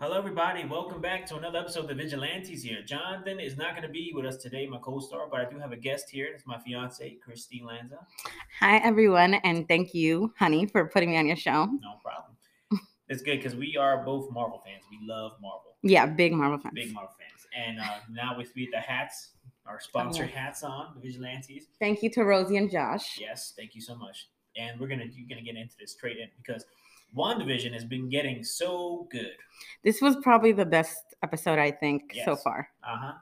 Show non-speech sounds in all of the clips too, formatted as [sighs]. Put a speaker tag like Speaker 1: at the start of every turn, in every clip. Speaker 1: Hello, everybody. Welcome back to another episode of the Vigilantes here. Jonathan is not going to be with us today, my co star, but I do have a guest here. It's my fiance, Christine Lanza.
Speaker 2: Hi, everyone, and thank you, honey, for putting me on your show.
Speaker 1: No problem. It's good because we are both Marvel fans. We love Marvel,
Speaker 2: Yeah, big Marvel fans.
Speaker 1: big Marvel fans. And uh, now with we the hats, our sponsor hats on, the Vigilantes.
Speaker 2: Thank you to Rosie and Josh.
Speaker 1: Yes, thank you so much. And we're gonna you're gonna get into this trade in because WandaVision has been getting so good.
Speaker 2: This was probably the best episode, I think, so
Speaker 1: Yes.
Speaker 2: far.
Speaker 1: Uh huh.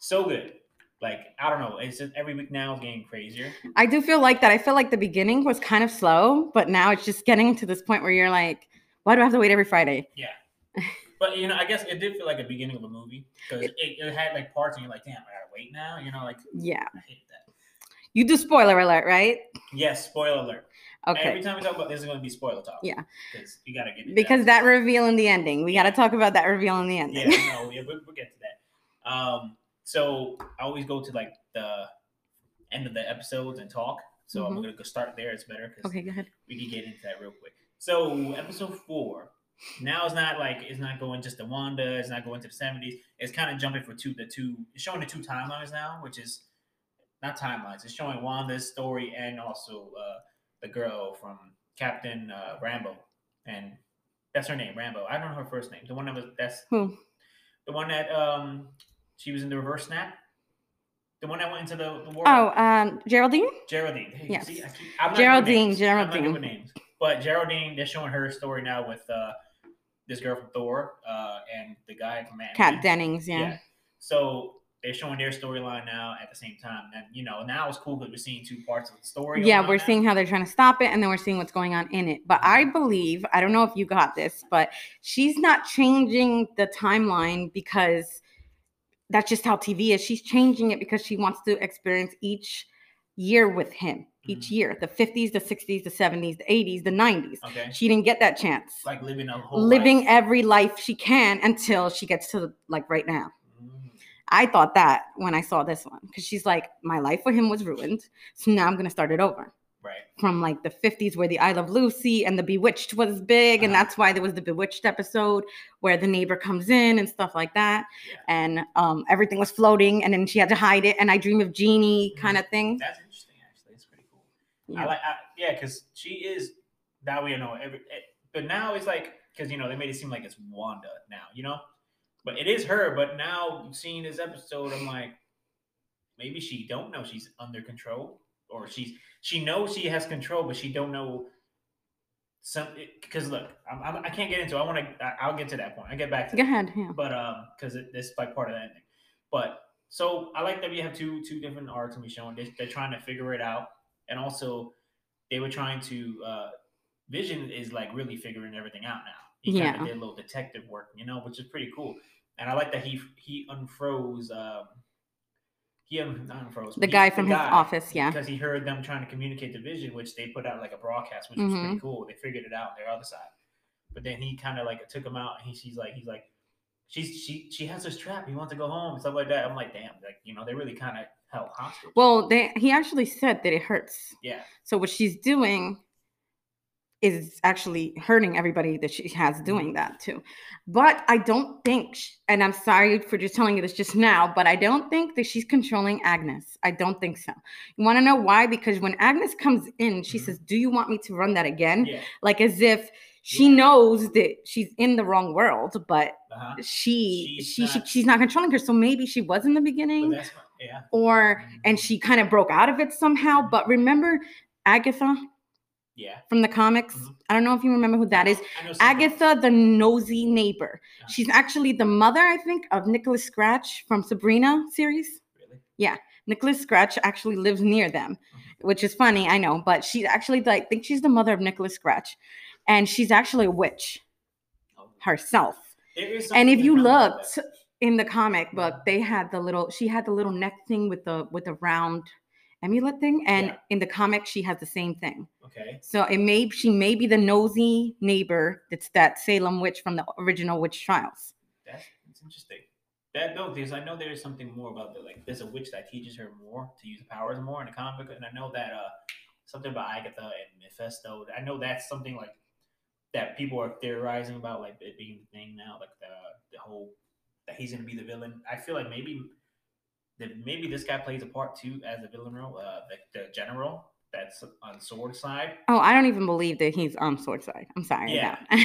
Speaker 1: So good. Like I don't know. It's just every week now is getting crazier.
Speaker 2: I do feel like that. I feel like the beginning was kind of slow, but now it's just getting to this point where you're like, why do I have to wait every Friday?
Speaker 1: But you know, I guess it did feel like a beginning of a movie because it, it had like parts and you're like, damn, I gotta wait now. You know, like
Speaker 2: Yeah.
Speaker 1: I hate that.
Speaker 2: You do spoiler alert, right?
Speaker 1: Yes, spoiler alert.
Speaker 2: Okay.
Speaker 1: Every time we talk about this, is gonna be spoiler talk.
Speaker 2: Yeah.
Speaker 1: Because you gotta get into
Speaker 2: Because that reveal in the ending, we got to talk about that reveal in the ending.
Speaker 1: yeah, no, yeah, we'll, we'll get to that. Um, so I always go to like the end of the episodes and talk. So I'm
Speaker 2: Mhm.
Speaker 1: gonna go start there. It's better because
Speaker 2: [laughs] Okay, go ahead.
Speaker 1: we can get into that real quick. So episode four. Now it's not like it's not going just to Wanda. It's not going to the seventies. It's kind of jumping for two. The two it's showing the two timelines now, which is not timelines. It's showing Wanda's story and also uh, the girl from Captain uh, Rambo, and that's her name, Rambo. I don't know her first name. The one that was that's
Speaker 2: Who?
Speaker 1: the one that um she was in the reverse snap. The one that went into the, the war.
Speaker 2: Oh, um, Geraldine?
Speaker 1: Geraldine. Hey,
Speaker 2: Yes.
Speaker 1: see, I keep, I'm not good with
Speaker 2: Geraldine,
Speaker 1: names. I'm not good with
Speaker 2: Geraldine.
Speaker 1: names. But Geraldine, they're showing her story now with uh, this girl from Thor uh, and the guy from Ant-Man.
Speaker 2: Kat Dennings, yeah.
Speaker 1: So they're showing their storyline now at the same time, and you know now it's cool because we're seeing two parts of the story.
Speaker 2: Yeah,
Speaker 1: going
Speaker 2: we're
Speaker 1: on now.
Speaker 2: seeing how they're trying to stop it, and then we're seeing what's going on in it. But I believe, I don't know if you got this, but she's not changing the timeline because that's just how TV is. She's changing it because she wants to experience each year with him, each
Speaker 1: Mhm.
Speaker 2: year the 50s, the 60s, the 70s, the 80s, the 90s.
Speaker 1: Okay,
Speaker 2: She didn't get that chance.
Speaker 1: like living a whole
Speaker 2: Living
Speaker 1: life.
Speaker 2: every life she can until she gets to like right now.
Speaker 1: Mm.
Speaker 2: I thought that when I saw this one because she's like, my life with him was ruined. So now I'm going to start it over
Speaker 1: right.
Speaker 2: from like the 50s where the I Love Lucy and the Bewitched was big. And
Speaker 1: Uh-huh.
Speaker 2: that's why there was the Bewitched episode where the neighbor comes in and stuff like that.
Speaker 1: Yeah.
Speaker 2: And um, everything was floating and then she had to hide it. And I dream of Jeannie kind of thing.
Speaker 1: That's interesting. Actually, it's pretty cool. Mm-hmm. I
Speaker 2: Yeah.
Speaker 1: like, I, yeah, because she is now we know every, eh, but now it's like because you know they made it seem like it's Wanda now, you know, but it is her. But now seeing this episode, I'm like, maybe she don't know she's under control, or she's she knows she has control, but she don't know some. Because look, I'm, I'm, I can't get into. It. I want to. I'll get to that point. I get back to.
Speaker 2: Go
Speaker 1: that
Speaker 2: ahead. Yeah.
Speaker 1: but um because it, it's like part of that thing but so i like that we have two two different arcs and we showing they, they're trying to figure it out and also they were trying to uh vision is like really figuring everything out now he kind
Speaker 2: Yeah.
Speaker 1: of did a little detective work you know which is pretty cool and i like that he he unfroze um he un, not unfroze
Speaker 2: The
Speaker 1: he-
Speaker 2: guy from his office. Yeah.
Speaker 1: because he heard them trying to communicate the vision, which they put out like a broadcast, which was
Speaker 2: Mhm.
Speaker 1: pretty cool. They figured it out their other side, but then he kind of like took him out. And he, she's like, he's like, she's she she has this trap. He wants to go home and stuff like that. I'm like, damn, like you know, they really kind of held hostage.
Speaker 2: Well, they, he actually said that it hurts.
Speaker 1: yeah,
Speaker 2: So what she's doing is actually hurting everybody that she has
Speaker 1: Mm-hmm.
Speaker 2: doing that too. But I don't think, sh and I'm sorry for just telling you this just now, but I don't think that she's controlling Agnes. I don't think so. You want to know why? Because when Agnes comes in, she
Speaker 1: Mhm.
Speaker 2: says, "Do you want me to run that again?"
Speaker 1: yeah,
Speaker 2: Like as if she
Speaker 1: Yeah.
Speaker 2: knows that she's in the wrong world, but
Speaker 1: uh-huh.
Speaker 2: she
Speaker 1: She's
Speaker 2: she, she
Speaker 1: not-
Speaker 2: she's not controlling her. So maybe she was in the beginning
Speaker 1: But that's fine, yeah,
Speaker 2: or and she kind of broke out of it somehow. But remember Agatha
Speaker 1: yeah.
Speaker 2: from the comics?
Speaker 1: Mhm.
Speaker 2: I don't know if you remember who that is.
Speaker 1: I know something.
Speaker 2: Agatha, the nosy neighbor.
Speaker 1: Uh-huh.
Speaker 2: She's actually the mother, I think, of Nicholas Scratch from Sabrina series.
Speaker 1: Really?
Speaker 2: Nicholas Scratch actually lives near them, which is funny, I know, but she actually, like, I think she's the mother of Nicholas Scratch. And she's actually a witch
Speaker 1: Oh.
Speaker 2: herself.
Speaker 1: There is
Speaker 2: And
Speaker 1: something
Speaker 2: if you
Speaker 1: around that.
Speaker 2: looked in the comic book, they had the little, she had the little neck thing with the with the round amulet thing. And
Speaker 1: Yeah.
Speaker 2: in the comic, she has the same thing.
Speaker 1: okay,
Speaker 2: So it may she may be the nosy neighbor that's that Salem witch from the original witch trials.
Speaker 1: that's, that's interesting. That no, because I know there is something more about that. Like there's a witch that teaches her more to use powers more in the comic, book, and I know that uh something about Agatha and Mephisto. I know that's something like that people are theorizing about, like it being the thing now, like the the whole that he's gonna be the villain. I feel like maybe that maybe this guy plays a part too as the villain role, uh, the, the general that's on sword side.
Speaker 2: Oh, I don't even believe that he's on sword side. I'm sorry.
Speaker 1: Yeah.
Speaker 2: no.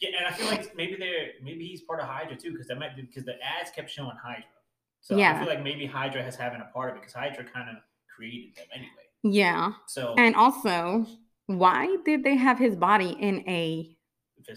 Speaker 1: Yeah, and I feel like maybe they're maybe he's part of Hydra too, because that might because the ads kept showing Hydra. So I
Speaker 2: Yeah.
Speaker 1: feel like maybe Hydra has having a part of it because Hydra kind of created them anyway.
Speaker 2: [laughs] yeah.
Speaker 1: So
Speaker 2: And also, why did they have his body in a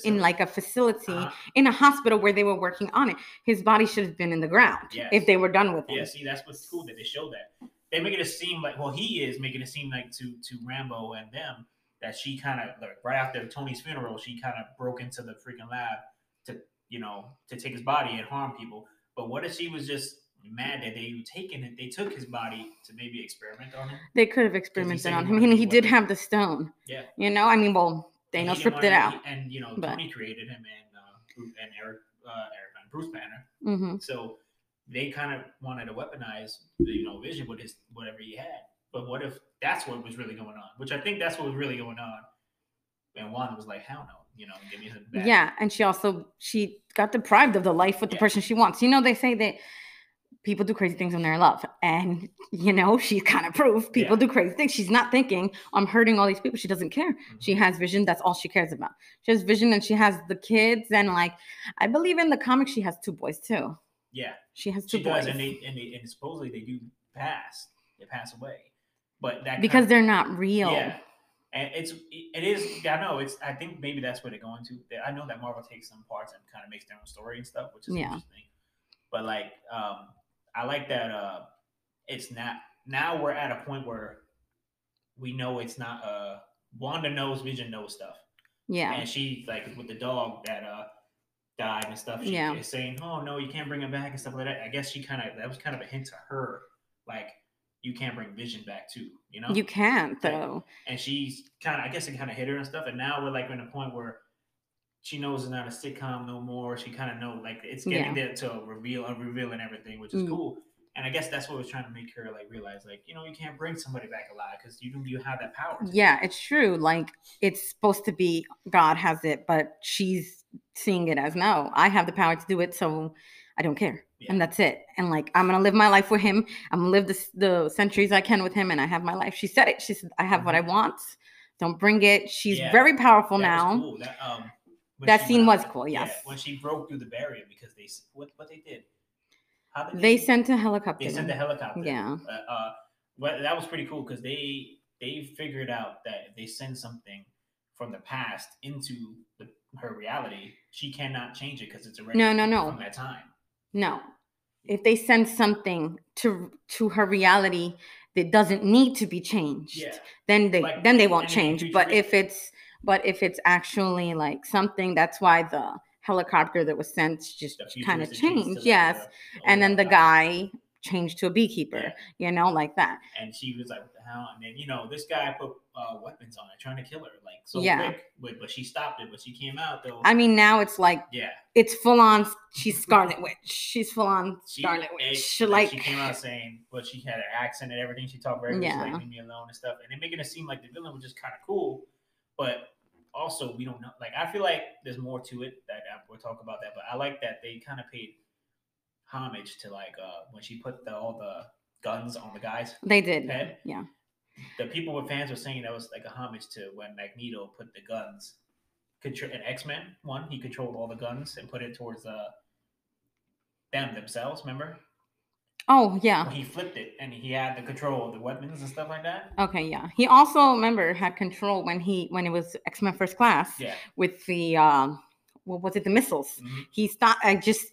Speaker 2: in like a facility
Speaker 1: Uh-huh.
Speaker 2: in a hospital where they were working on it? His body should have been in the ground
Speaker 1: Yes.
Speaker 2: if they were done with it.
Speaker 1: yeah, see that's what's cool that they show that they make it seem like well he is making it seem like to to Rambo and them that she kind of like right after Tony's funeral she kind of broke into the freaking lab to you know to take his body and harm people. But what if she was just mad that they taken it? They took his body to maybe experiment on him.
Speaker 2: They could have
Speaker 1: said he
Speaker 2: experimented on him.
Speaker 1: wanted to be
Speaker 2: and he did
Speaker 1: with-
Speaker 2: have the stone.
Speaker 1: Yeah.
Speaker 2: You know, I mean, well,
Speaker 1: And he
Speaker 2: Thanos
Speaker 1: didn't
Speaker 2: ripped
Speaker 1: want
Speaker 2: it
Speaker 1: to-
Speaker 2: out.
Speaker 1: he- and you know,
Speaker 2: but-
Speaker 1: Tony created him and uh, Bru- and Eric, uh, Eric and Bruce Banner.
Speaker 2: hmm
Speaker 1: So they kind of wanted to weaponize, you know, Vision with his whatever he had. But what if that's what was really going on? Which I think that's what was really going on. And Wanda was like, "Hell no, you know, give me him back."
Speaker 2: Yeah, and she also she got deprived of the life with the
Speaker 1: Yeah.
Speaker 2: person she wants. You know, they say that people do crazy things when they're in love, and you know [laughs] she's kind of proof people do crazy things. She's not thinking I'm hurting all these people. She doesn't care.
Speaker 1: Mm-hmm.
Speaker 2: She has vision. That's all she cares about. She has vision, and she has the kids. And like, I believe in the comic, she has two boys too.
Speaker 1: yeah,
Speaker 2: She has two
Speaker 1: she
Speaker 2: boys
Speaker 1: does, and they and they and supposedly they do pass, they pass away, but that
Speaker 2: because
Speaker 1: kind
Speaker 2: they're not real.
Speaker 1: Yeah. And it's it is I know it's I think maybe that's where they're going to. I know that Marvel takes some parts and kind of makes their own story and stuff, which is
Speaker 2: Yeah.
Speaker 1: interesting. But like um I like that uh it's not now we're at a point where we know it's not uh Wanda knows Vision knows stuff.
Speaker 2: Yeah.
Speaker 1: And she like with the dog that uh died and stuff, she
Speaker 2: Yeah.
Speaker 1: is saying, Oh no, you can't bring him back and stuff like that. I guess she kinda that was kind of a hint to her, like you can't bring Vision back too, you know?
Speaker 2: You can't
Speaker 1: Like,
Speaker 2: though.
Speaker 1: and she's kind of, I guess it kind of hit her and stuff. And now we're like in a point where she knows it's not a sitcom no more. She kind of know like it's getting there to a reveal, a reveal and everything, which is
Speaker 2: Mm.
Speaker 1: cool. And I guess that's what was trying to make her like realize, like you know, you can't bring somebody back alive because you don't you have that power.
Speaker 2: Yeah, it's true. Like it's supposed to be God has it, but she's seeing it as no, I have the power to do it, so I don't care.
Speaker 1: Yeah.
Speaker 2: And that's it. And like I'm gonna live my life with him. I'm gonna live the s- the centuries I can with him, and I have my life. She said it. She said I have what I want. Don't bring it. She's
Speaker 1: Mm-hmm. Yeah,
Speaker 2: very powerful
Speaker 1: That was
Speaker 2: now.
Speaker 1: cool. That, um, when
Speaker 2: That
Speaker 1: she
Speaker 2: scene
Speaker 1: went
Speaker 2: was
Speaker 1: out-
Speaker 2: cool,
Speaker 1: yeah,
Speaker 2: yes.
Speaker 1: when she broke through the barrier because they s- what what they did. How did
Speaker 2: They sent a helicopter.
Speaker 1: they sent the
Speaker 2: in.
Speaker 1: helicopter.
Speaker 2: yeah,
Speaker 1: uh, uh, well, that was pretty cool because they they figured out that if they send something from the past into the, her reality, she cannot change it because it's already
Speaker 2: No, no, no.
Speaker 1: from that time.
Speaker 2: no. If they send something to to her reality that doesn't need to be changed,
Speaker 1: Yeah,
Speaker 2: then they
Speaker 1: Like,
Speaker 2: then they won't
Speaker 1: and then you
Speaker 2: change
Speaker 1: do
Speaker 2: but
Speaker 1: your-
Speaker 2: if it's but if it's actually like something that's why the helicopter that was sent just
Speaker 1: the futuristic
Speaker 2: kind of
Speaker 1: change to,
Speaker 2: changed
Speaker 1: like,
Speaker 2: yes
Speaker 1: the- the old
Speaker 2: and then the
Speaker 1: laptop.
Speaker 2: guy changed to a beekeeper you know like that
Speaker 1: and she was like, "What the hell?" And then you know this guy put uh, weapons on her, trying to kill her like so
Speaker 2: Yeah.
Speaker 1: quick, but, but she stopped it. But she came out though.
Speaker 2: i mean now it's like
Speaker 1: yeah,
Speaker 2: it's full on
Speaker 1: [laughs]
Speaker 2: she's scarlet witch she's full on
Speaker 1: she,
Speaker 2: scarlet
Speaker 1: and
Speaker 2: witch
Speaker 1: she-
Speaker 2: like
Speaker 1: she came
Speaker 2: [laughs]
Speaker 1: out saying, but she had an accent and everything. She talked very much like
Speaker 2: Yeah.
Speaker 1: leave me alone and stuff, and it making it seem like the villain was just kind of cool, but also we don't know. Like I feel like there's more to it that I, we'll talk about that, but I like that they kind of paid homage to like uh when she put the, all the guns on the guy's
Speaker 2: they did
Speaker 1: head.
Speaker 2: yeah
Speaker 1: The people with fans were saying that was like a homage to when Magneto put the guns. Contro- in X Men one, he controlled all the guns and put it towards uh them themselves. Remember?
Speaker 2: oh yeah
Speaker 1: he flipped it and he had the control of the weapons and stuff like that.
Speaker 2: okay yeah he also remember had control when he when it was x-men first class
Speaker 1: Yeah.
Speaker 2: with the um what was it the missiles
Speaker 1: Mhm.
Speaker 2: he stopped i just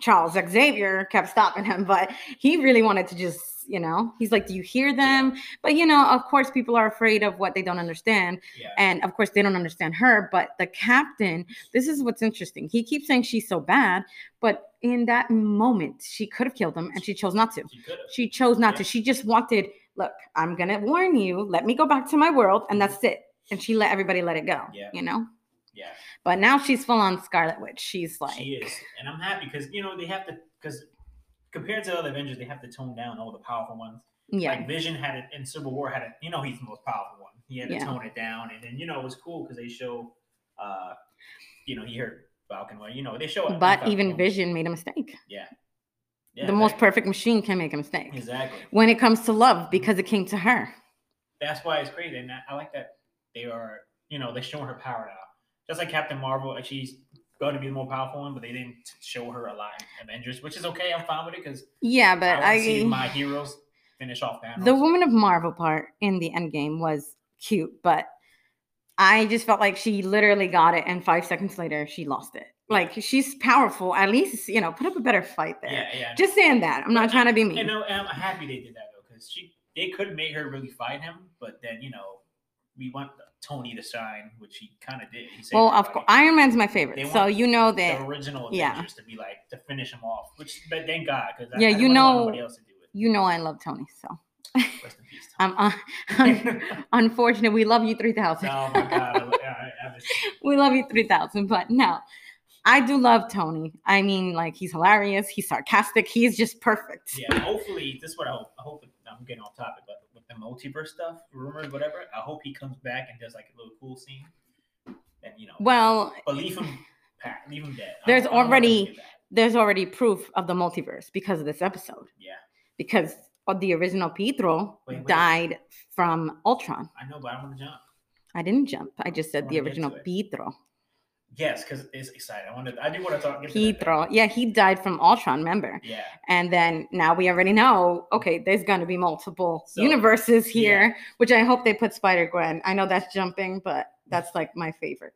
Speaker 2: charles xavier kept stopping him but he really wanted to just you know he's like do you hear them but you know of course people are afraid of what they don't understand
Speaker 1: Yeah.
Speaker 2: and of course they don't understand her but the captain this is what's interesting he keeps saying she's so bad but in that moment she could have killed him and she chose not to
Speaker 1: She could have.
Speaker 2: she chose not
Speaker 1: Yeah.
Speaker 2: to she just wanted look i'm gonna warn you let me go back to my world and that's it and she let everybody let it go
Speaker 1: Yeah.
Speaker 2: you know
Speaker 1: Yeah.
Speaker 2: but now she's full on Scarlet Witch. She's like,
Speaker 1: she is. And I'm happy because, you know, they have to, because compared to other Avengers, they have to tone down all the powerful ones.
Speaker 2: yeah,
Speaker 1: Like Vision had it in Civil War, had it, you know, he's the most powerful one. He had to
Speaker 2: Yeah.
Speaker 1: tone it down. And then, you know, it was cool because they show uh, you know, he heard Falcon. Well, you know, they show up.
Speaker 2: But even Vision made a mistake.
Speaker 1: Yeah.
Speaker 2: the most perfect machine can make a mistake.
Speaker 1: Exactly.
Speaker 2: When it comes to
Speaker 1: Mm-hmm.
Speaker 2: love, because it came to her.
Speaker 1: That's why it's crazy. And I, I like that they are, you know, they're showing her power now. Just like Captain Marvel, like she's going to be the more powerful one, but they didn't show her a lot in Avengers, which is okay. I'm fine with it because
Speaker 2: Yeah, but
Speaker 1: I,
Speaker 2: I,
Speaker 1: want to
Speaker 2: [laughs]
Speaker 1: see my heroes finish off Thanos.
Speaker 2: the Woman of Marvel part in the Endgame was cute, but I just felt like she literally got it, and five seconds later she lost it. Like she's powerful. At least you know, put up a better fight there.
Speaker 1: yeah, yeah.
Speaker 2: Just saying that. I'm not trying to be mean.
Speaker 1: And, no, and I'm happy they did that though, because she they could make her really fight him, but then you know we want Tony to shine, which he kind of did. He saved
Speaker 2: well, of
Speaker 1: everybody.
Speaker 2: course, Iron Man's my
Speaker 1: They
Speaker 2: favorite,
Speaker 1: want
Speaker 2: so you know that
Speaker 1: the original
Speaker 2: yeah.
Speaker 1: Avengers to be like to finish him off, which but thank God because
Speaker 2: Yeah,
Speaker 1: I,
Speaker 2: you
Speaker 1: wouldn't
Speaker 2: know-
Speaker 1: want nobody else to do it.
Speaker 2: you know I love Tony. So
Speaker 1: Rest in peace, Tony.
Speaker 2: I'm uh, [laughs]
Speaker 1: [laughs]
Speaker 2: un- unfortunate. We love you three thousand.
Speaker 1: oh my God, I, I, I was,
Speaker 2: [laughs] we love you 3000 but no i do love tony i mean like he's hilarious he's sarcastic he's just perfect
Speaker 1: yeah. Hopefully, this is what I hope. I hope I'm getting off topic, but with the multiverse stuff, rumors, whatever. I hope he comes back and does like a little cool scene, and you know,
Speaker 2: well
Speaker 1: but leave him, Pat, leave him dead. I
Speaker 2: There's
Speaker 1: don't- I don't want them to
Speaker 2: already-
Speaker 1: do that.
Speaker 2: there's already proof of the multiverse because of this episode
Speaker 1: Yeah.
Speaker 2: because of the original Pietro
Speaker 1: Wait, wait.
Speaker 2: died from ultron
Speaker 1: I know, but I want to jump.
Speaker 2: i didn't jump i just said
Speaker 1: I
Speaker 2: the
Speaker 1: wanna get
Speaker 2: original
Speaker 1: to it.
Speaker 2: Pietro.
Speaker 1: Yes, because it's exciting. I want to. I do want to talk. get to
Speaker 2: [laughs]
Speaker 1: that.
Speaker 2: Pietro, yeah he died from ultron remember
Speaker 1: Yeah.
Speaker 2: and then now we already know okay there's going to be multiple
Speaker 1: So,
Speaker 2: universes
Speaker 1: yeah.
Speaker 2: here which i hope they put spider-gwen i know that's jumping but that's like my favorite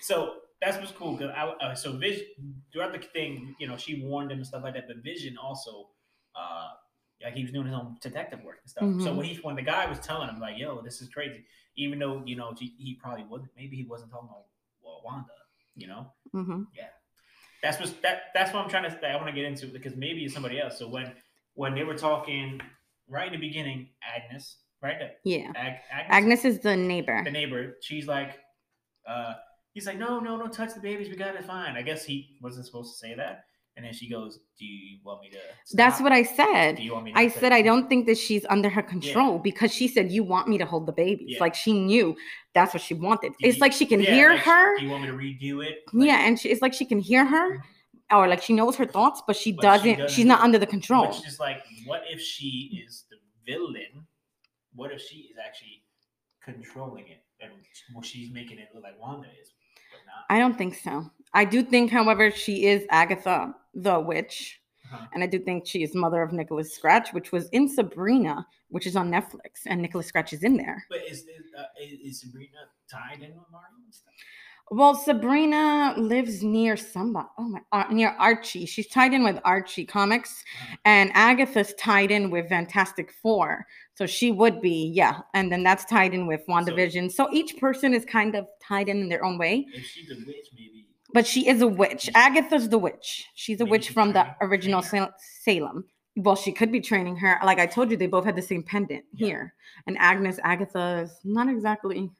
Speaker 1: So that's what's cool. Cause I, uh, so Vision throughout the thing, you know, she warned him and stuff like that. But Vision also, uh, like he was doing his own detective work and stuff. So
Speaker 2: Mhm.
Speaker 1: when he when the guy was telling him like, "Yo, this is crazy," even though you know he, he probably wasn't. Maybe he wasn't talking about well, Wanda. You know,
Speaker 2: hmm
Speaker 1: That's what that that's what I'm trying to that I want to get into because maybe it's somebody else. So when when they were talking right in the beginning, Agnes, right?
Speaker 2: Yeah.
Speaker 1: Ag, Agnes,
Speaker 2: Agnes is the neighbor.
Speaker 1: the neighbor, she's like, uh, he's like, no, no, don't touch the babies. We got it fine. I guess he wasn't supposed to say that. And then she goes, do you want me to?
Speaker 2: That's what I said.
Speaker 1: Do you want me?
Speaker 2: I
Speaker 1: not to-
Speaker 2: said I don't think that she's under her control because she said you want me to hold the babies.
Speaker 1: Yeah.
Speaker 2: Like she knew that's what she wanted.
Speaker 1: Did
Speaker 2: it's
Speaker 1: you-
Speaker 2: like she can
Speaker 1: Yeah,
Speaker 2: hear
Speaker 1: like,
Speaker 2: her.
Speaker 1: Do you want me to redo it?
Speaker 2: yeah, and she, it's like she can hear her, or like she knows her thoughts, but she
Speaker 1: Mm-hmm. But she
Speaker 2: doesn't.
Speaker 1: doesn't-
Speaker 2: she's not under the control.
Speaker 1: Which is like, what if she is the villain? What if she is actually controlling it? And well, she's making it look like Wanda is, but not.
Speaker 2: I don't think so. I do think, however, she is Agatha the witch,
Speaker 1: Uh-huh.
Speaker 2: and I do think she is mother of Nicholas Scratch, which was in Sabrina, which is on Netflix, and Nicholas Scratch is in there.
Speaker 1: But is is, uh, is is Sabrina tied in with Marvel and stuff?
Speaker 2: Well, Sabrina lives near somebody. Oh my, uh, near Archie. She's tied in with Archie Comics, and Agatha's tied in with Fantastic Four. So she would be, yeah. And then that's tied in with WandaVision. So, each person is kind of tied in in their own way.
Speaker 1: If she's a witch, maybe.
Speaker 2: But she is a witch. Agatha's the witch. She's a
Speaker 1: Maybe
Speaker 2: witch
Speaker 1: she's
Speaker 2: from the
Speaker 1: training-
Speaker 2: original
Speaker 1: training
Speaker 2: Sal- Salem. Well, she could be training her. Like I told you, they both had the same pendant
Speaker 1: Yeah.
Speaker 2: here. And Agnes, Agatha is not exactly
Speaker 1: Mhm.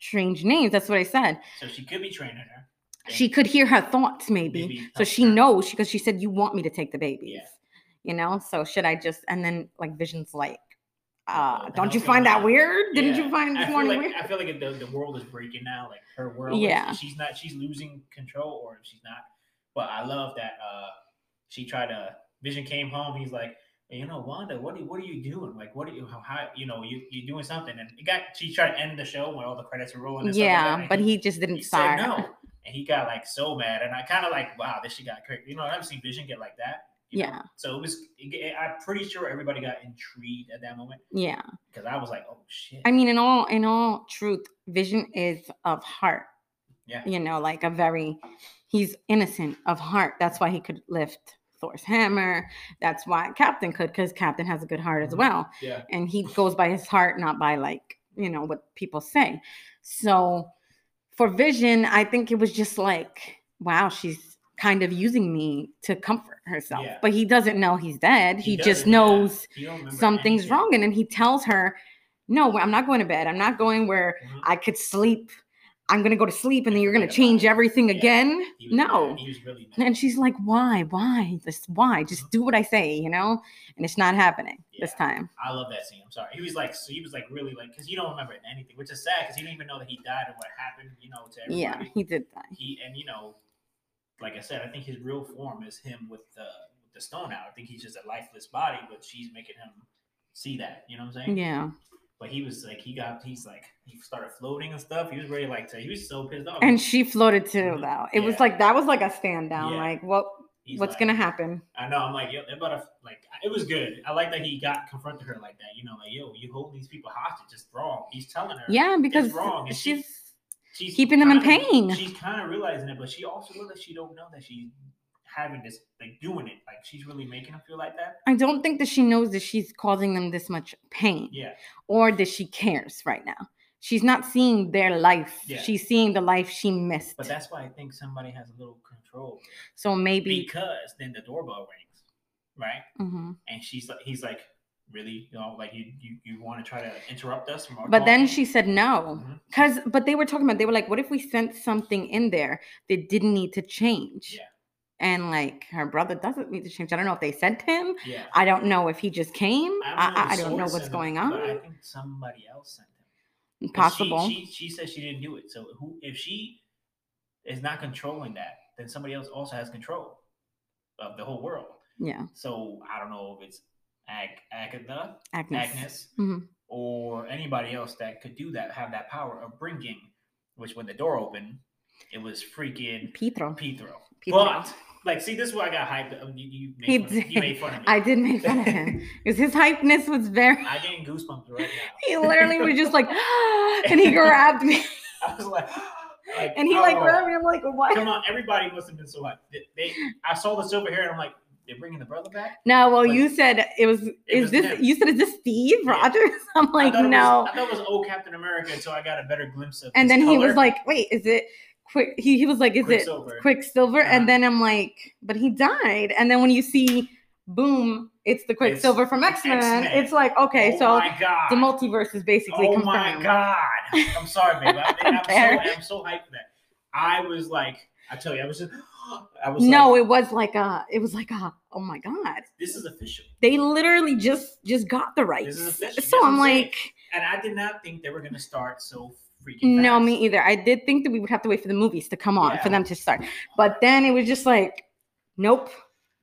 Speaker 2: strange names. That's what I said.
Speaker 1: So she could be training her. and
Speaker 2: she could hear her thoughts maybe,
Speaker 1: Maybe
Speaker 2: so
Speaker 1: help
Speaker 2: she
Speaker 1: her.
Speaker 2: knows because she said you want me to take the babies you know so should i just and then like vision's like
Speaker 1: what
Speaker 2: uh
Speaker 1: Oh, the
Speaker 2: don't
Speaker 1: hell's
Speaker 2: you
Speaker 1: going
Speaker 2: find that
Speaker 1: on?
Speaker 2: weird didn't you
Speaker 1: Yeah.
Speaker 2: find
Speaker 1: I
Speaker 2: this
Speaker 1: feel
Speaker 2: morning
Speaker 1: like,
Speaker 2: weird
Speaker 1: I feel like the, the world is breaking now, like her world. is-
Speaker 2: Yeah.
Speaker 1: She's not, she's losing control or if she's not. But I love that uh she tried to, Vision came home. He's like, "Hey, you know, Wanda, what are, what are you doing? Like, what are you, how, how you know, you, you're doing something. And it got, she tried to end the show when all the credits were rolling. And stuff like
Speaker 2: yeah
Speaker 1: that, and
Speaker 2: but
Speaker 1: he,
Speaker 2: he just didn't
Speaker 1: he said
Speaker 2: start
Speaker 1: no. And he got like so mad. And I kind of like, wow, this shit got crazy. You know, I've seen Vision get like that. you know?
Speaker 2: Yeah.
Speaker 1: So it was, it, I'm pretty sure everybody got intrigued at that moment
Speaker 2: yeah
Speaker 1: because I was like, oh shit.
Speaker 2: i mean in all in all truth vision is of heart
Speaker 1: Yeah.
Speaker 2: you know like a very he's innocent of heart that's why he could lift thor's hammer that's why captain could because captain has a good heart as
Speaker 1: Mhm.
Speaker 2: well
Speaker 1: yeah.
Speaker 2: and he goes by his heart not by like you know what people say so for vision i think it was just like wow she's kind of using me to comfort herself
Speaker 1: Yeah.
Speaker 2: but he doesn't know he's dead he, just
Speaker 1: doesn't, yeah.
Speaker 2: knows
Speaker 1: He don't remember
Speaker 2: something's
Speaker 1: anything.
Speaker 2: wrong and then he tells her no i'm not going to bed i'm not going where
Speaker 1: Mhm.
Speaker 2: i could sleep I'm gonna go to sleep and then you're gonna
Speaker 1: Yeah.
Speaker 2: change everything
Speaker 1: Yeah.
Speaker 2: again.
Speaker 1: He was
Speaker 2: No.
Speaker 1: mad. He was really mad.
Speaker 2: And she's like, why, why, this, why? Just do what I say, you know? And it's not happening this
Speaker 1: Yeah.
Speaker 2: time.
Speaker 1: I love that scene. I'm sorry. He was like, so he was like really like, because you don't remember anything, which is sad because he didn't even know that he died and what happened, you know, to everybody.
Speaker 2: Yeah, he did that.
Speaker 1: He and you know, like I said, I think his real form is him with the with the stone out. I think he's just a lifeless body, but she's making him see that. You know what I'm saying?
Speaker 2: Yeah.
Speaker 1: But he was like, he got, he's like, he started floating and stuff. He was really like, to, he was so pissed off.
Speaker 2: And she floated too,
Speaker 1: Mhm.
Speaker 2: though. It was
Speaker 1: Yeah.
Speaker 2: like, that was like a stand down.
Speaker 1: Yeah.
Speaker 2: Like, what,
Speaker 1: He's
Speaker 2: what's
Speaker 1: like-
Speaker 2: gonna happen?
Speaker 1: I know. I'm like, yo, they're about to like. It was good. I like that he got confronted her like that. You know, like, yo, you hold these people hostage. It's wrong. He's telling her.
Speaker 2: Yeah, because
Speaker 1: wrong, and she-
Speaker 2: she's,
Speaker 1: she's
Speaker 2: keeping them in
Speaker 1: kinda-
Speaker 2: pain.
Speaker 1: She's kind of realizing it, but she also looks like she don't know that she's having this, like doing it. Like she's really making him feel like that.
Speaker 2: I don't think that she knows that she's causing them this much pain.
Speaker 1: Yeah,
Speaker 2: or that she cares right now. She's not seeing their life.
Speaker 1: Yeah.
Speaker 2: She's seeing the life she missed.
Speaker 1: but that's why I think somebody has a little control
Speaker 2: so maybe
Speaker 1: because then the doorbell rings, right?
Speaker 2: Mhm.
Speaker 1: And she's like, he's like, really, you know, like you you, you want to try to interrupt us? From our
Speaker 2: But then
Speaker 1: talk?"
Speaker 2: she said no.
Speaker 1: Mhm.
Speaker 2: Cuz but they were talking about they were like what if we sent something in there that didn't need to change?
Speaker 1: Yeah.
Speaker 2: And like her brother doesn't need to change. I don't know if they sent him.
Speaker 1: yeah.
Speaker 2: I don't know if he just came. I,
Speaker 1: know
Speaker 2: I, I
Speaker 1: the
Speaker 2: don't know
Speaker 1: source
Speaker 2: what's
Speaker 1: of it,
Speaker 2: going
Speaker 1: But I
Speaker 2: on.
Speaker 1: think somebody else sent him. But she-
Speaker 2: Possible.
Speaker 1: She, she says she didn't do it. So who if she is not controlling that, then somebody else also has control of the whole world.
Speaker 2: yeah.
Speaker 1: So I don't know if it's Ag- Agatha,
Speaker 2: Agnes.
Speaker 1: Agnes,
Speaker 2: Mhm.
Speaker 1: or anybody else that could do that, have that power of bringing. Which when the door opened, it was freaking
Speaker 2: Pietro.
Speaker 1: Pedro.
Speaker 2: Pedro.
Speaker 1: But like, see, this is why I got hyped. Um, You, you,
Speaker 2: He
Speaker 1: made fun of, me. you
Speaker 2: did.
Speaker 1: made fun of me.
Speaker 2: I did make fun
Speaker 1: [laughs]
Speaker 2: of him because his hypeness was very
Speaker 1: I getting goosebumps right now.
Speaker 2: he literally was just like [gasps]
Speaker 1: [laughs]
Speaker 2: and he grabbed me
Speaker 1: I was like, like
Speaker 2: and he like
Speaker 1: oh.
Speaker 2: grabbed me i'm like what
Speaker 1: Come on, everybody must have been so hyped. They, they- I saw the silver hair and I'm like, they're bringing the brother back?
Speaker 2: no well
Speaker 1: Like,
Speaker 2: you said it was is
Speaker 1: was
Speaker 2: this
Speaker 1: him.
Speaker 2: you said is this steve
Speaker 1: Yeah.
Speaker 2: rogers [laughs] i'm like
Speaker 1: I thought it was-
Speaker 2: no
Speaker 1: I thought it was old Captain America until I got a better glimpse of
Speaker 2: and
Speaker 1: his
Speaker 2: then he was
Speaker 1: color.
Speaker 2: like wait is it quick he, he was like is it
Speaker 1: Quicksilver.
Speaker 2: quicksilver
Speaker 1: Uh-huh.
Speaker 2: and then i'm like but he died and then when you see boom it's the quicksilver from x-men,
Speaker 1: X-Men.
Speaker 2: it's like okay
Speaker 1: oh
Speaker 2: so
Speaker 1: my God.
Speaker 2: the multiverse is basically
Speaker 1: Oh my
Speaker 2: confirmed [laughs]
Speaker 1: God. I'm sorry, babe. I, I'm, so,
Speaker 2: Fair.
Speaker 1: I'm so hyped for that. I was like, I tell you, I was just, [gasps] I was
Speaker 2: no
Speaker 1: like,
Speaker 2: it was like a it was like a oh my god
Speaker 1: this is official.
Speaker 2: they literally just just got the rights.
Speaker 1: This is
Speaker 2: So
Speaker 1: official. That's
Speaker 2: I'm
Speaker 1: what I'm saying.
Speaker 2: like,
Speaker 1: And I did not think they were going to start so freaking
Speaker 2: no,
Speaker 1: fast.
Speaker 2: me either. I did think that we would have to wait for the movies to come on
Speaker 1: Yeah.
Speaker 2: for them to start, but then it was just like, nope,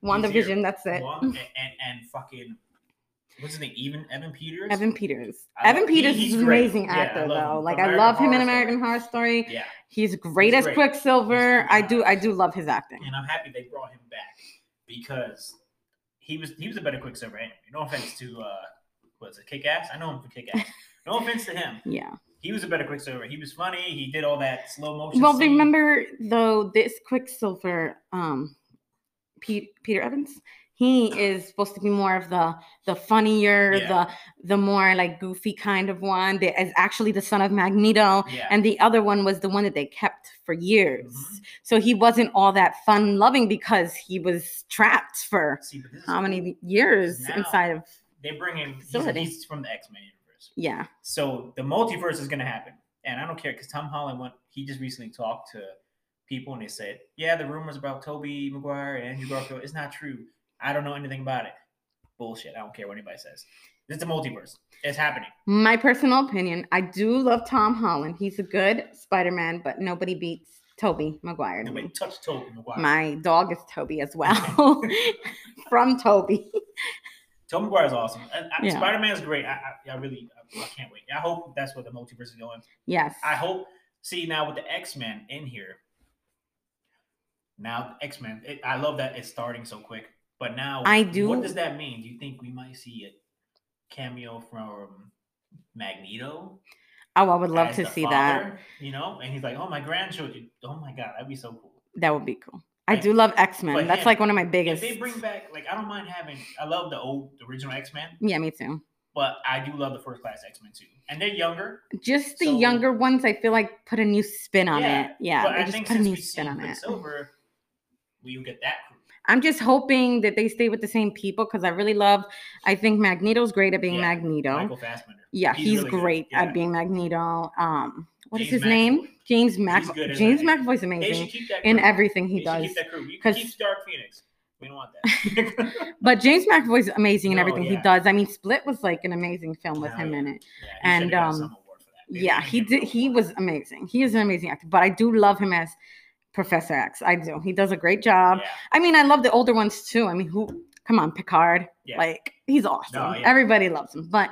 Speaker 2: WandaVision.
Speaker 1: here.
Speaker 2: That's it.
Speaker 1: One- and, and, and fucking, what's his name? Even Evan Peters?
Speaker 2: Evan Peters.
Speaker 1: I
Speaker 2: Evan
Speaker 1: love- he-
Speaker 2: Peters
Speaker 1: he's
Speaker 2: is an
Speaker 1: great.
Speaker 2: amazing
Speaker 1: Yeah, I
Speaker 2: actor,
Speaker 1: love him.
Speaker 2: though.
Speaker 1: From
Speaker 2: Like
Speaker 1: American
Speaker 2: I love him in
Speaker 1: Horror Story.
Speaker 2: American Horror Story.
Speaker 1: Yeah.
Speaker 2: He's great
Speaker 1: He's
Speaker 2: as
Speaker 1: great.
Speaker 2: Quicksilver.
Speaker 1: He's
Speaker 2: I
Speaker 1: freaking
Speaker 2: do. I
Speaker 1: nice.
Speaker 2: do love his acting.
Speaker 1: and I'm happy they brought him back because he was he was a better Quicksilver anyway. No offense to uh was it Kick Ass? I know him for Kick
Speaker 2: [laughs]
Speaker 1: Ass. No offense to him.
Speaker 2: Yeah.
Speaker 1: He was a better Quicksilver. He was funny. He did all that slow motion.
Speaker 2: Well,
Speaker 1: scene.
Speaker 2: remember though, this Quicksilver, um, Pete, Peter Evans, he is supposed to be more of the the funnier,
Speaker 1: Yeah.
Speaker 2: the the more like goofy kind of one that is actually the son of Magneto,
Speaker 1: Yeah.
Speaker 2: and the other one was the one that they kept for years.
Speaker 1: Mhm.
Speaker 2: So he wasn't all that fun loving because he was trapped for
Speaker 1: See, but this is
Speaker 2: how many years
Speaker 1: Now-
Speaker 2: inside of
Speaker 1: they bring him. He's,
Speaker 2: Facility.
Speaker 1: he's from the X Men universe,
Speaker 2: yeah.
Speaker 1: so the multiverse is gonna happen. And I don't care because Tom Holland went. He just recently talked to people and they said, "Yeah, the rumors about Toby Maguire and Andrew Garfield is not true. I don't know anything about it. Bullshit. I don't care what anybody says. It's a multiverse. It's happening."
Speaker 2: My personal opinion, I do love Tom Holland. He's a good Spider-Man, but nobody beats Toby Maguire. to me.
Speaker 1: Nobody touched Toby Maguire.
Speaker 2: My dog is Toby as well. [laughs] From Toby.
Speaker 1: Toby Maguire's awesome. And I,
Speaker 2: Yeah.
Speaker 1: Spider Man's great. I, I, I really, I, I can't wait. I hope that's where the multiverse is going.
Speaker 2: Yes.
Speaker 1: I hope. See now with the X Men in here. Now X Men. I love that it's starting so quick. But now
Speaker 2: I do-
Speaker 1: What does that mean? Do you think we might see a cameo from Magneto?
Speaker 2: oh, I would love
Speaker 1: as
Speaker 2: to
Speaker 1: the
Speaker 2: see that.
Speaker 1: father? You know, and he's like, "Oh, my grandchildren. Oh my god, that'd be so cool."
Speaker 2: That would be cool. I
Speaker 1: Like-
Speaker 2: do love X Men.
Speaker 1: but
Speaker 2: That's
Speaker 1: him-
Speaker 2: like one of my
Speaker 1: If
Speaker 2: biggest.
Speaker 1: they bring back, like, I don't mind having. I love the old, the original X Men.
Speaker 2: yeah, me too.
Speaker 1: but I do love the first class X Men too, and they're younger.
Speaker 2: Just the
Speaker 1: So-
Speaker 2: younger ones, I feel like put a new spin on
Speaker 1: Yeah,
Speaker 2: it. Yeah,
Speaker 1: but
Speaker 2: they
Speaker 1: I
Speaker 2: just
Speaker 1: think
Speaker 2: put a
Speaker 1: since
Speaker 2: new
Speaker 1: we've
Speaker 2: spin
Speaker 1: seen
Speaker 2: on it.
Speaker 1: Quicksilver, we will get that. Crew.
Speaker 2: I'm just hoping that they stay with the same people because I really love. I think Magneto's great at being
Speaker 1: Yeah,
Speaker 2: Magneto.
Speaker 1: Michael Fassbender.
Speaker 2: yeah, he's,
Speaker 1: really good.
Speaker 2: great
Speaker 1: Yeah.
Speaker 2: at being Magneto. Um, what is
Speaker 1: James
Speaker 2: his name? James
Speaker 1: good
Speaker 2: McAvoy.
Speaker 1: as
Speaker 2: James
Speaker 1: Magneto.
Speaker 2: McAvoy's
Speaker 1: They should
Speaker 2: amazing
Speaker 1: keep that.
Speaker 2: in
Speaker 1: crew.
Speaker 2: everything he
Speaker 1: They should
Speaker 2: does.
Speaker 1: Keep that crew. You can
Speaker 2: 'cause-
Speaker 1: keep Dark Phoenix. We don't want
Speaker 2: [laughs]
Speaker 1: that.
Speaker 2: But James McAvoy's amazing in
Speaker 1: No,
Speaker 2: everything
Speaker 1: Oh, yeah.
Speaker 2: he does. I mean, Split was like an amazing film with
Speaker 1: No,
Speaker 2: him
Speaker 1: yeah.
Speaker 2: in it.
Speaker 1: Yeah, he
Speaker 2: And,
Speaker 1: should've got
Speaker 2: um,
Speaker 1: some award for that. They
Speaker 2: Yeah,
Speaker 1: didn't
Speaker 2: he
Speaker 1: give him
Speaker 2: did.
Speaker 1: an
Speaker 2: He
Speaker 1: award.
Speaker 2: was amazing. He is an amazing actor, but I do love him as Professor X. I do. He does a great job.
Speaker 1: Yeah.
Speaker 2: I mean, I love the older ones too. I mean, who? Come on, Picard.
Speaker 1: Yeah.
Speaker 2: Like he's awesome.
Speaker 1: yeah.
Speaker 2: Everybody loves him. But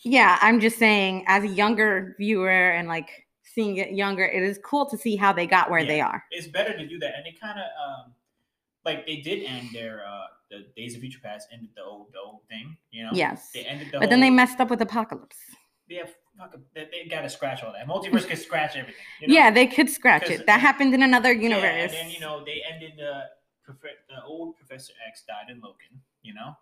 Speaker 2: yeah, I'm just saying, as a younger viewer and like seeing it younger, it is cool to see how they got where they are.
Speaker 1: it's better to do that. And they kind of um, like they did end their uh, the Days of Future Past ended the old the old thing, you know.
Speaker 2: Yes.
Speaker 1: They ended the
Speaker 2: But then they
Speaker 1: whole-
Speaker 2: messed up with Apocalypse.
Speaker 1: they have fucking they, they got to scratch all that. Multiverse can scratch everything. You know?
Speaker 2: yeah, they could scratch
Speaker 1: 'Cause-
Speaker 2: it. That happened in another
Speaker 1: Yeah, and
Speaker 2: universe.
Speaker 1: then you know they ended the profe- the old Professor X died in Logan, you know,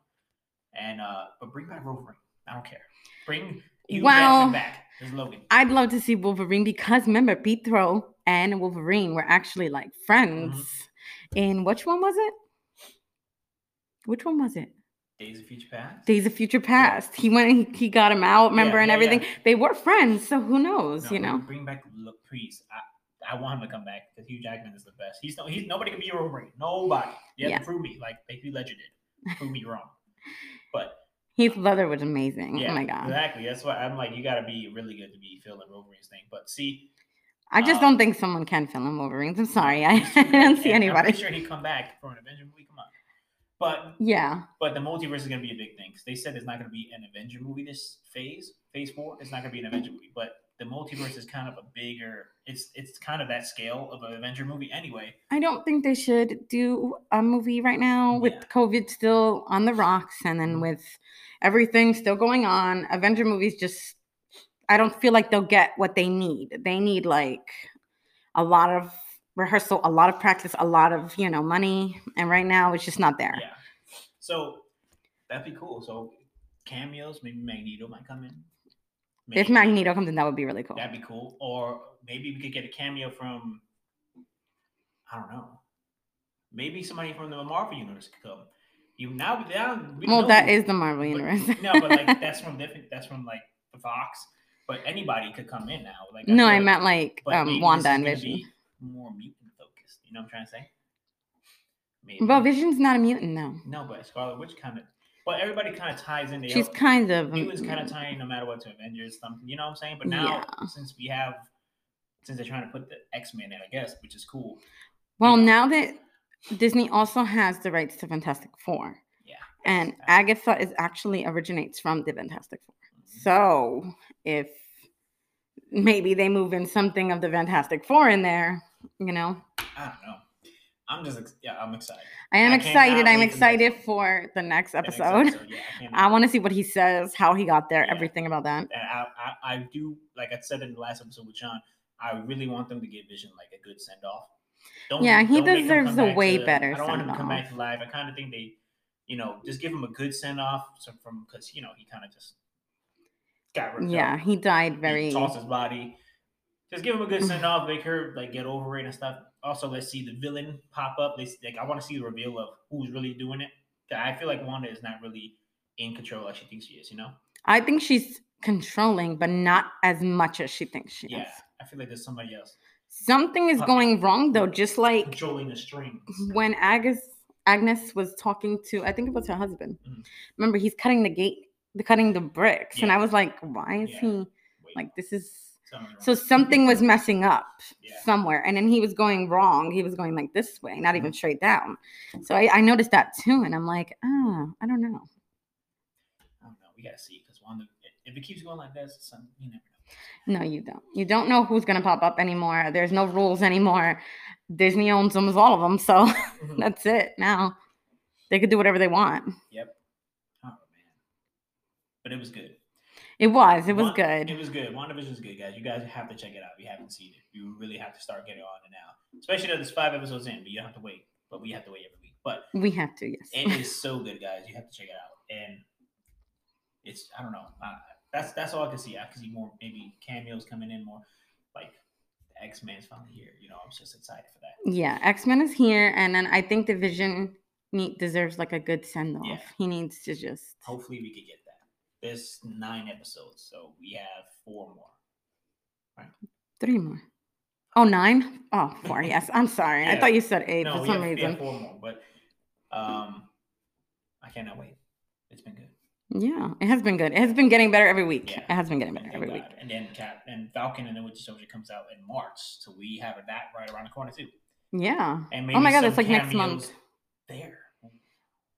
Speaker 1: and uh, but bring back Wolverine. I don't care. Bring you
Speaker 2: Well-
Speaker 1: back as Logan.
Speaker 2: I'd love to see Wolverine because remember, Pietro and Wolverine were actually like friends.
Speaker 1: Mm-hmm.
Speaker 2: In which one was it? Which one was it?
Speaker 1: Days of Future Past.
Speaker 2: Days of Future Past. He went and he got him out, remember,
Speaker 1: Yeah,
Speaker 2: and
Speaker 1: yeah,
Speaker 2: everything.
Speaker 1: yeah.
Speaker 2: They were friends, so who knows,
Speaker 1: No,
Speaker 2: you know?
Speaker 1: bring back Le Priest. I, I want him to come back because Hugh Jackman is the best. He's no, he's nobody can be your Wolverine. Nobody. You have to prove me like like you legend did. Prove me wrong. But
Speaker 2: Heath Leather was amazing.
Speaker 1: yeah,
Speaker 2: [laughs] oh my God.
Speaker 1: exactly. That's why I'm like you got to be really good to be filling Wolverine's thing. But see,
Speaker 2: I just
Speaker 1: uh,
Speaker 2: don't think someone can fill in Wolverines. I'm sorry. [laughs] I,
Speaker 1: he's too good,
Speaker 2: don't see
Speaker 1: and I'm
Speaker 2: anybody.
Speaker 1: pretty sure he come back for an Avenger movie. Come on. But
Speaker 2: Yeah.
Speaker 1: but the multiverse is gonna be a big thing. 'cause They said there's not gonna be an Avenger movie this phase, phase four. It's not gonna be an Avenger movie, but the multiverse is kind of a bigger. It's it's kind of that scale of an Avenger movie anyway.
Speaker 2: I don't think they should do a movie right now with
Speaker 1: Yeah. Mm-hmm.
Speaker 2: COVID still on the rocks and then with everything still going on. Avenger movies just, I don't feel like they'll get what they need. They need like a lot of rehearsal, a lot of practice, a lot of, you know, money. And right now it's just not there.
Speaker 1: Yeah. So that'd be cool. So cameos, maybe Magneto might come in.
Speaker 2: If Magneto comes in, that would be really cool.
Speaker 1: that'd be cool. Or maybe we could get a cameo from I don't know. Maybe somebody from the Marvel universe could come. You now, now we don't
Speaker 2: well,
Speaker 1: know
Speaker 2: that
Speaker 1: who-
Speaker 2: is the Marvel
Speaker 1: but-
Speaker 2: universe.
Speaker 1: [laughs]
Speaker 2: [laughs]
Speaker 1: no, but like that's from different. That's from like the Fox. But anybody could come in now. Like
Speaker 2: no,
Speaker 1: feel
Speaker 2: I
Speaker 1: like-
Speaker 2: meant like
Speaker 1: but maybe
Speaker 2: um,
Speaker 1: this
Speaker 2: Wanda
Speaker 1: is
Speaker 2: and
Speaker 1: gonna
Speaker 2: Vision.
Speaker 1: be More mutant focused. You know what I'm trying to say? Maybe.
Speaker 2: Well, Vision's not a mutant, though.
Speaker 1: No, but Scarlet Witch kind of. But everybody kind of ties in. They
Speaker 2: She's
Speaker 1: all-
Speaker 2: kind of. a
Speaker 1: mutants kind of
Speaker 2: mutant.
Speaker 1: tying no matter what to Avengers something. You know what I'm saying? But now since we have, since they're trying to put the X Men in, I guess, which is cool.
Speaker 2: Well,
Speaker 1: know?
Speaker 2: now that Disney also has the rights to Fantastic Four,
Speaker 1: Yeah.
Speaker 2: and Agatha is actually originates from the Fantastic Four. So if maybe they move in something of the Fantastic Four in there, you know,
Speaker 1: I don't know. I'm just ex- yeah, I'm excited.
Speaker 2: I am
Speaker 1: I cannot
Speaker 2: excited. I'm
Speaker 1: wait for the next
Speaker 2: excited
Speaker 1: one.
Speaker 2: for the
Speaker 1: The
Speaker 2: next
Speaker 1: next
Speaker 2: episode.
Speaker 1: yeah, I can't.
Speaker 2: I want to see what he says, how he got there,
Speaker 1: Yeah.
Speaker 2: everything about that.
Speaker 1: and I, I, I do like I said in the last episode with John. I really want them to give Vision like a good send off.
Speaker 2: Yeah, he
Speaker 1: make him come
Speaker 2: deserves a
Speaker 1: back
Speaker 2: way
Speaker 1: to-
Speaker 2: better
Speaker 1: I don't want him to come
Speaker 2: send-off.
Speaker 1: back to life. I kind of think they, you know, just give him a good send off from because you know he kind of just got ripped up.
Speaker 2: Yeah, he died very.
Speaker 1: He tossed his body. Just give him a
Speaker 2: [sighs]
Speaker 1: good send off, make her like get over it and stuff. Also, let's see the villain pop up. Let's, like I want to see the reveal of who's really doing it. 'Cause I feel like Wanda is not really in control like she thinks she is. You know?
Speaker 2: I think she's controlling, but not as much as she thinks she
Speaker 1: Yeah.
Speaker 2: is.
Speaker 1: I feel like there's somebody else
Speaker 2: Something is
Speaker 1: Uh,
Speaker 2: going wrong though, just like
Speaker 1: controlling the strings.
Speaker 2: when Agus Agnes was talking to, I think it was her husband.
Speaker 1: Mhm.
Speaker 2: Remember, he's cutting the gate, the cutting the bricks, and
Speaker 1: Yeah.
Speaker 2: I was like, why is
Speaker 1: Yeah.
Speaker 2: he
Speaker 1: Wait,
Speaker 2: like this? Is
Speaker 1: something's wrong.
Speaker 2: so something was messing up
Speaker 1: Yeah.
Speaker 2: somewhere, and then he was going wrong. He was going like this way, not even
Speaker 1: Mhm.
Speaker 2: straight down. So I, I noticed that too, and I'm like, oh, I don't know.
Speaker 1: I don't know. We gotta see because Wanda. If it keeps going like this, some you never know.
Speaker 2: No, you don't. You don't know who's gonna pop up anymore. There's no rules anymore. Disney owns almost all of them, so
Speaker 1: Mhm.
Speaker 2: [laughs] that's it. Now they could do whatever they want.
Speaker 1: oh man. But it was good.
Speaker 2: It was. It was
Speaker 1: Wan-
Speaker 2: good.
Speaker 1: It was good. WandaVision's good, guys. You guys have to check it out. If you haven't seen it, you really have to start getting on it now. Especially that there's five episodes in, but you don't have to wait. But we have to wait every week. But
Speaker 2: We have to, yes. [laughs]
Speaker 1: it is so good, guys. You have to check it out. And it's I don't know. I, that's that's all I can see. I can see more maybe cameos coming in more. Like X Men's finally here. You know, I'm just excited for that.
Speaker 2: yeah, X Men is here, and then I think the Vision need deserves like a good send off.
Speaker 1: Yeah. Oh.
Speaker 2: He needs to just
Speaker 1: Hopefully, we could get that. There's nine episodes, so we have four more.
Speaker 2: three more. Oh, nine? Oh,
Speaker 1: [laughs]
Speaker 2: four. Yes. I'm sorry. I
Speaker 1: Yeah.
Speaker 2: thought you said eight
Speaker 1: no,
Speaker 2: for
Speaker 1: we
Speaker 2: some
Speaker 1: have, we
Speaker 2: reason.
Speaker 1: have four more, but um, I cannot wait. It's been good.
Speaker 2: Yeah, it has been good. It has been getting better every week.
Speaker 1: Yeah.
Speaker 2: It has been getting
Speaker 1: And
Speaker 2: better
Speaker 1: thank
Speaker 2: every week.
Speaker 1: God. And then Cap and Falcon and the Winter Soldier comes out in March, so we have that right around the corner too.
Speaker 2: Yeah.
Speaker 1: And
Speaker 2: Oh my
Speaker 1: maybe
Speaker 2: God, that's
Speaker 1: some
Speaker 2: like next month.
Speaker 1: cameos There.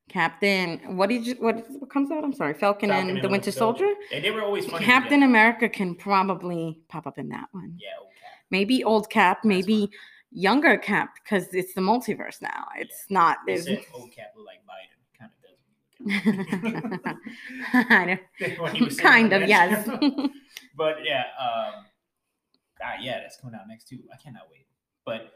Speaker 2: Captain, what did you what, what comes out? I'm sorry, Falcon,
Speaker 1: Falcon
Speaker 2: and the Winter Soldier.
Speaker 1: And they were always funny.
Speaker 2: Captain
Speaker 1: together.
Speaker 2: America can probably pop up in that one.
Speaker 1: Yeah, old Cap.
Speaker 2: Maybe old Cap,
Speaker 1: That's
Speaker 2: maybe
Speaker 1: fine.
Speaker 2: younger Cap, because it's the multiverse now. It's not.
Speaker 1: They
Speaker 2: There's, [laughs]
Speaker 1: said oh, old Cap looked like Biden. Kind of
Speaker 2: [laughs]
Speaker 1: does.
Speaker 2: I
Speaker 1: [laughs] When he
Speaker 2: don't, [laughs]
Speaker 1: was sitting on
Speaker 2: kind
Speaker 1: the
Speaker 2: of
Speaker 1: bench.
Speaker 2: yes.
Speaker 1: [laughs] but yeah, um, ah, yeah, that's coming out next too. I cannot wait. But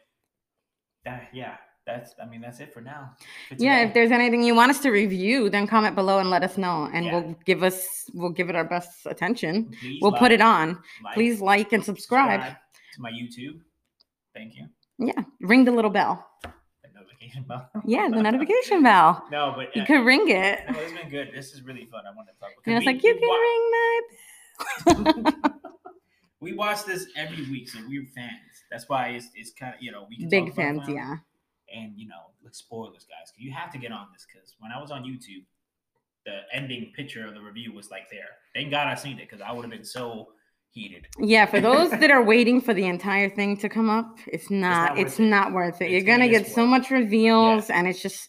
Speaker 1: that, yeah, that's. I mean, that's it for now. for
Speaker 2: yeah.
Speaker 1: today.
Speaker 2: If there's anything you want us to review, then comment below and let us know, and
Speaker 1: Yeah.
Speaker 2: we'll give us we'll give it our best attention.
Speaker 1: Please
Speaker 2: We'll put
Speaker 1: like-
Speaker 2: it on.
Speaker 1: like,
Speaker 2: Please like and subscribe.
Speaker 1: to my YouTube. Thank you.
Speaker 2: Yeah, ring the little bell.
Speaker 1: The notification [laughs] bell.
Speaker 2: Yeah, the
Speaker 1: [laughs]
Speaker 2: notification bell.
Speaker 1: No, but
Speaker 2: You
Speaker 1: uh,
Speaker 2: could ring it.
Speaker 1: no, it's been good. This is really fun. I want to talk.
Speaker 2: And it's
Speaker 1: we-
Speaker 2: like, you
Speaker 1: we
Speaker 2: can
Speaker 1: wa-
Speaker 2: ring my
Speaker 1: we watch this every week, so we're fans. That's why it's, it's kind of you know we can
Speaker 2: big
Speaker 1: talk about
Speaker 2: fans,
Speaker 1: them
Speaker 2: yeah.
Speaker 1: And you know, like spoilers, guys. You have to get on this because when I was on YouTube, the ending picture of the review was like there. Thank God I seen it because I would have been so heated.
Speaker 2: Yeah, for those that are waiting for the entire thing to come up, it's not
Speaker 1: not
Speaker 2: it's
Speaker 1: worth it.
Speaker 2: not worth it. You're
Speaker 1: It's-
Speaker 2: gonna
Speaker 1: it
Speaker 2: get
Speaker 1: is
Speaker 2: so
Speaker 1: worth
Speaker 2: much reveals and it's just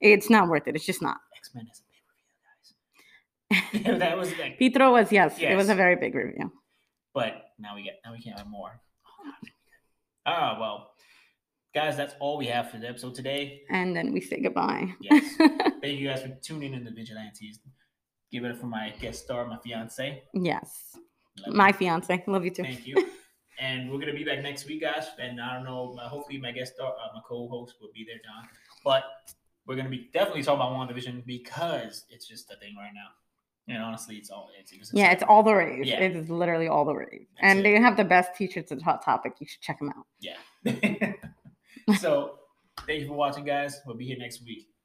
Speaker 2: it's not worth it. It's just not.
Speaker 1: X Men is a big review, guys. [laughs] that was
Speaker 2: [laughs]
Speaker 1: like,
Speaker 2: Pietro was yes, it was a
Speaker 1: Yes.
Speaker 2: very big review.
Speaker 1: but now we get now we can't have more. Oh, Ah well, guys, that's all we have for the episode today.
Speaker 2: And then we say goodbye.
Speaker 1: Yes. Thank you guys for tuning in to Vigilantes. Give it up for my guest star, my fiance.
Speaker 2: yes.
Speaker 1: Love you.
Speaker 2: My fiance. Love you too.
Speaker 1: Thank you. And we're gonna be back next week, guys. And I don't know. My, hopefully, my guest, star, uh, my co-host, will be there, John. But we're gonna be definitely talking about One Division because it's just a thing right now. And honestly, it's all it's, it's
Speaker 2: Yeah, it's
Speaker 1: exciting.
Speaker 2: all the rave.
Speaker 1: Yeah.
Speaker 2: It is literally all the rave.
Speaker 1: That's
Speaker 2: And
Speaker 1: it.
Speaker 2: they have the best t-shirts and hot topic. You should check them out.
Speaker 1: [laughs] Yeah. so, thank you for watching, guys. We'll be here next week.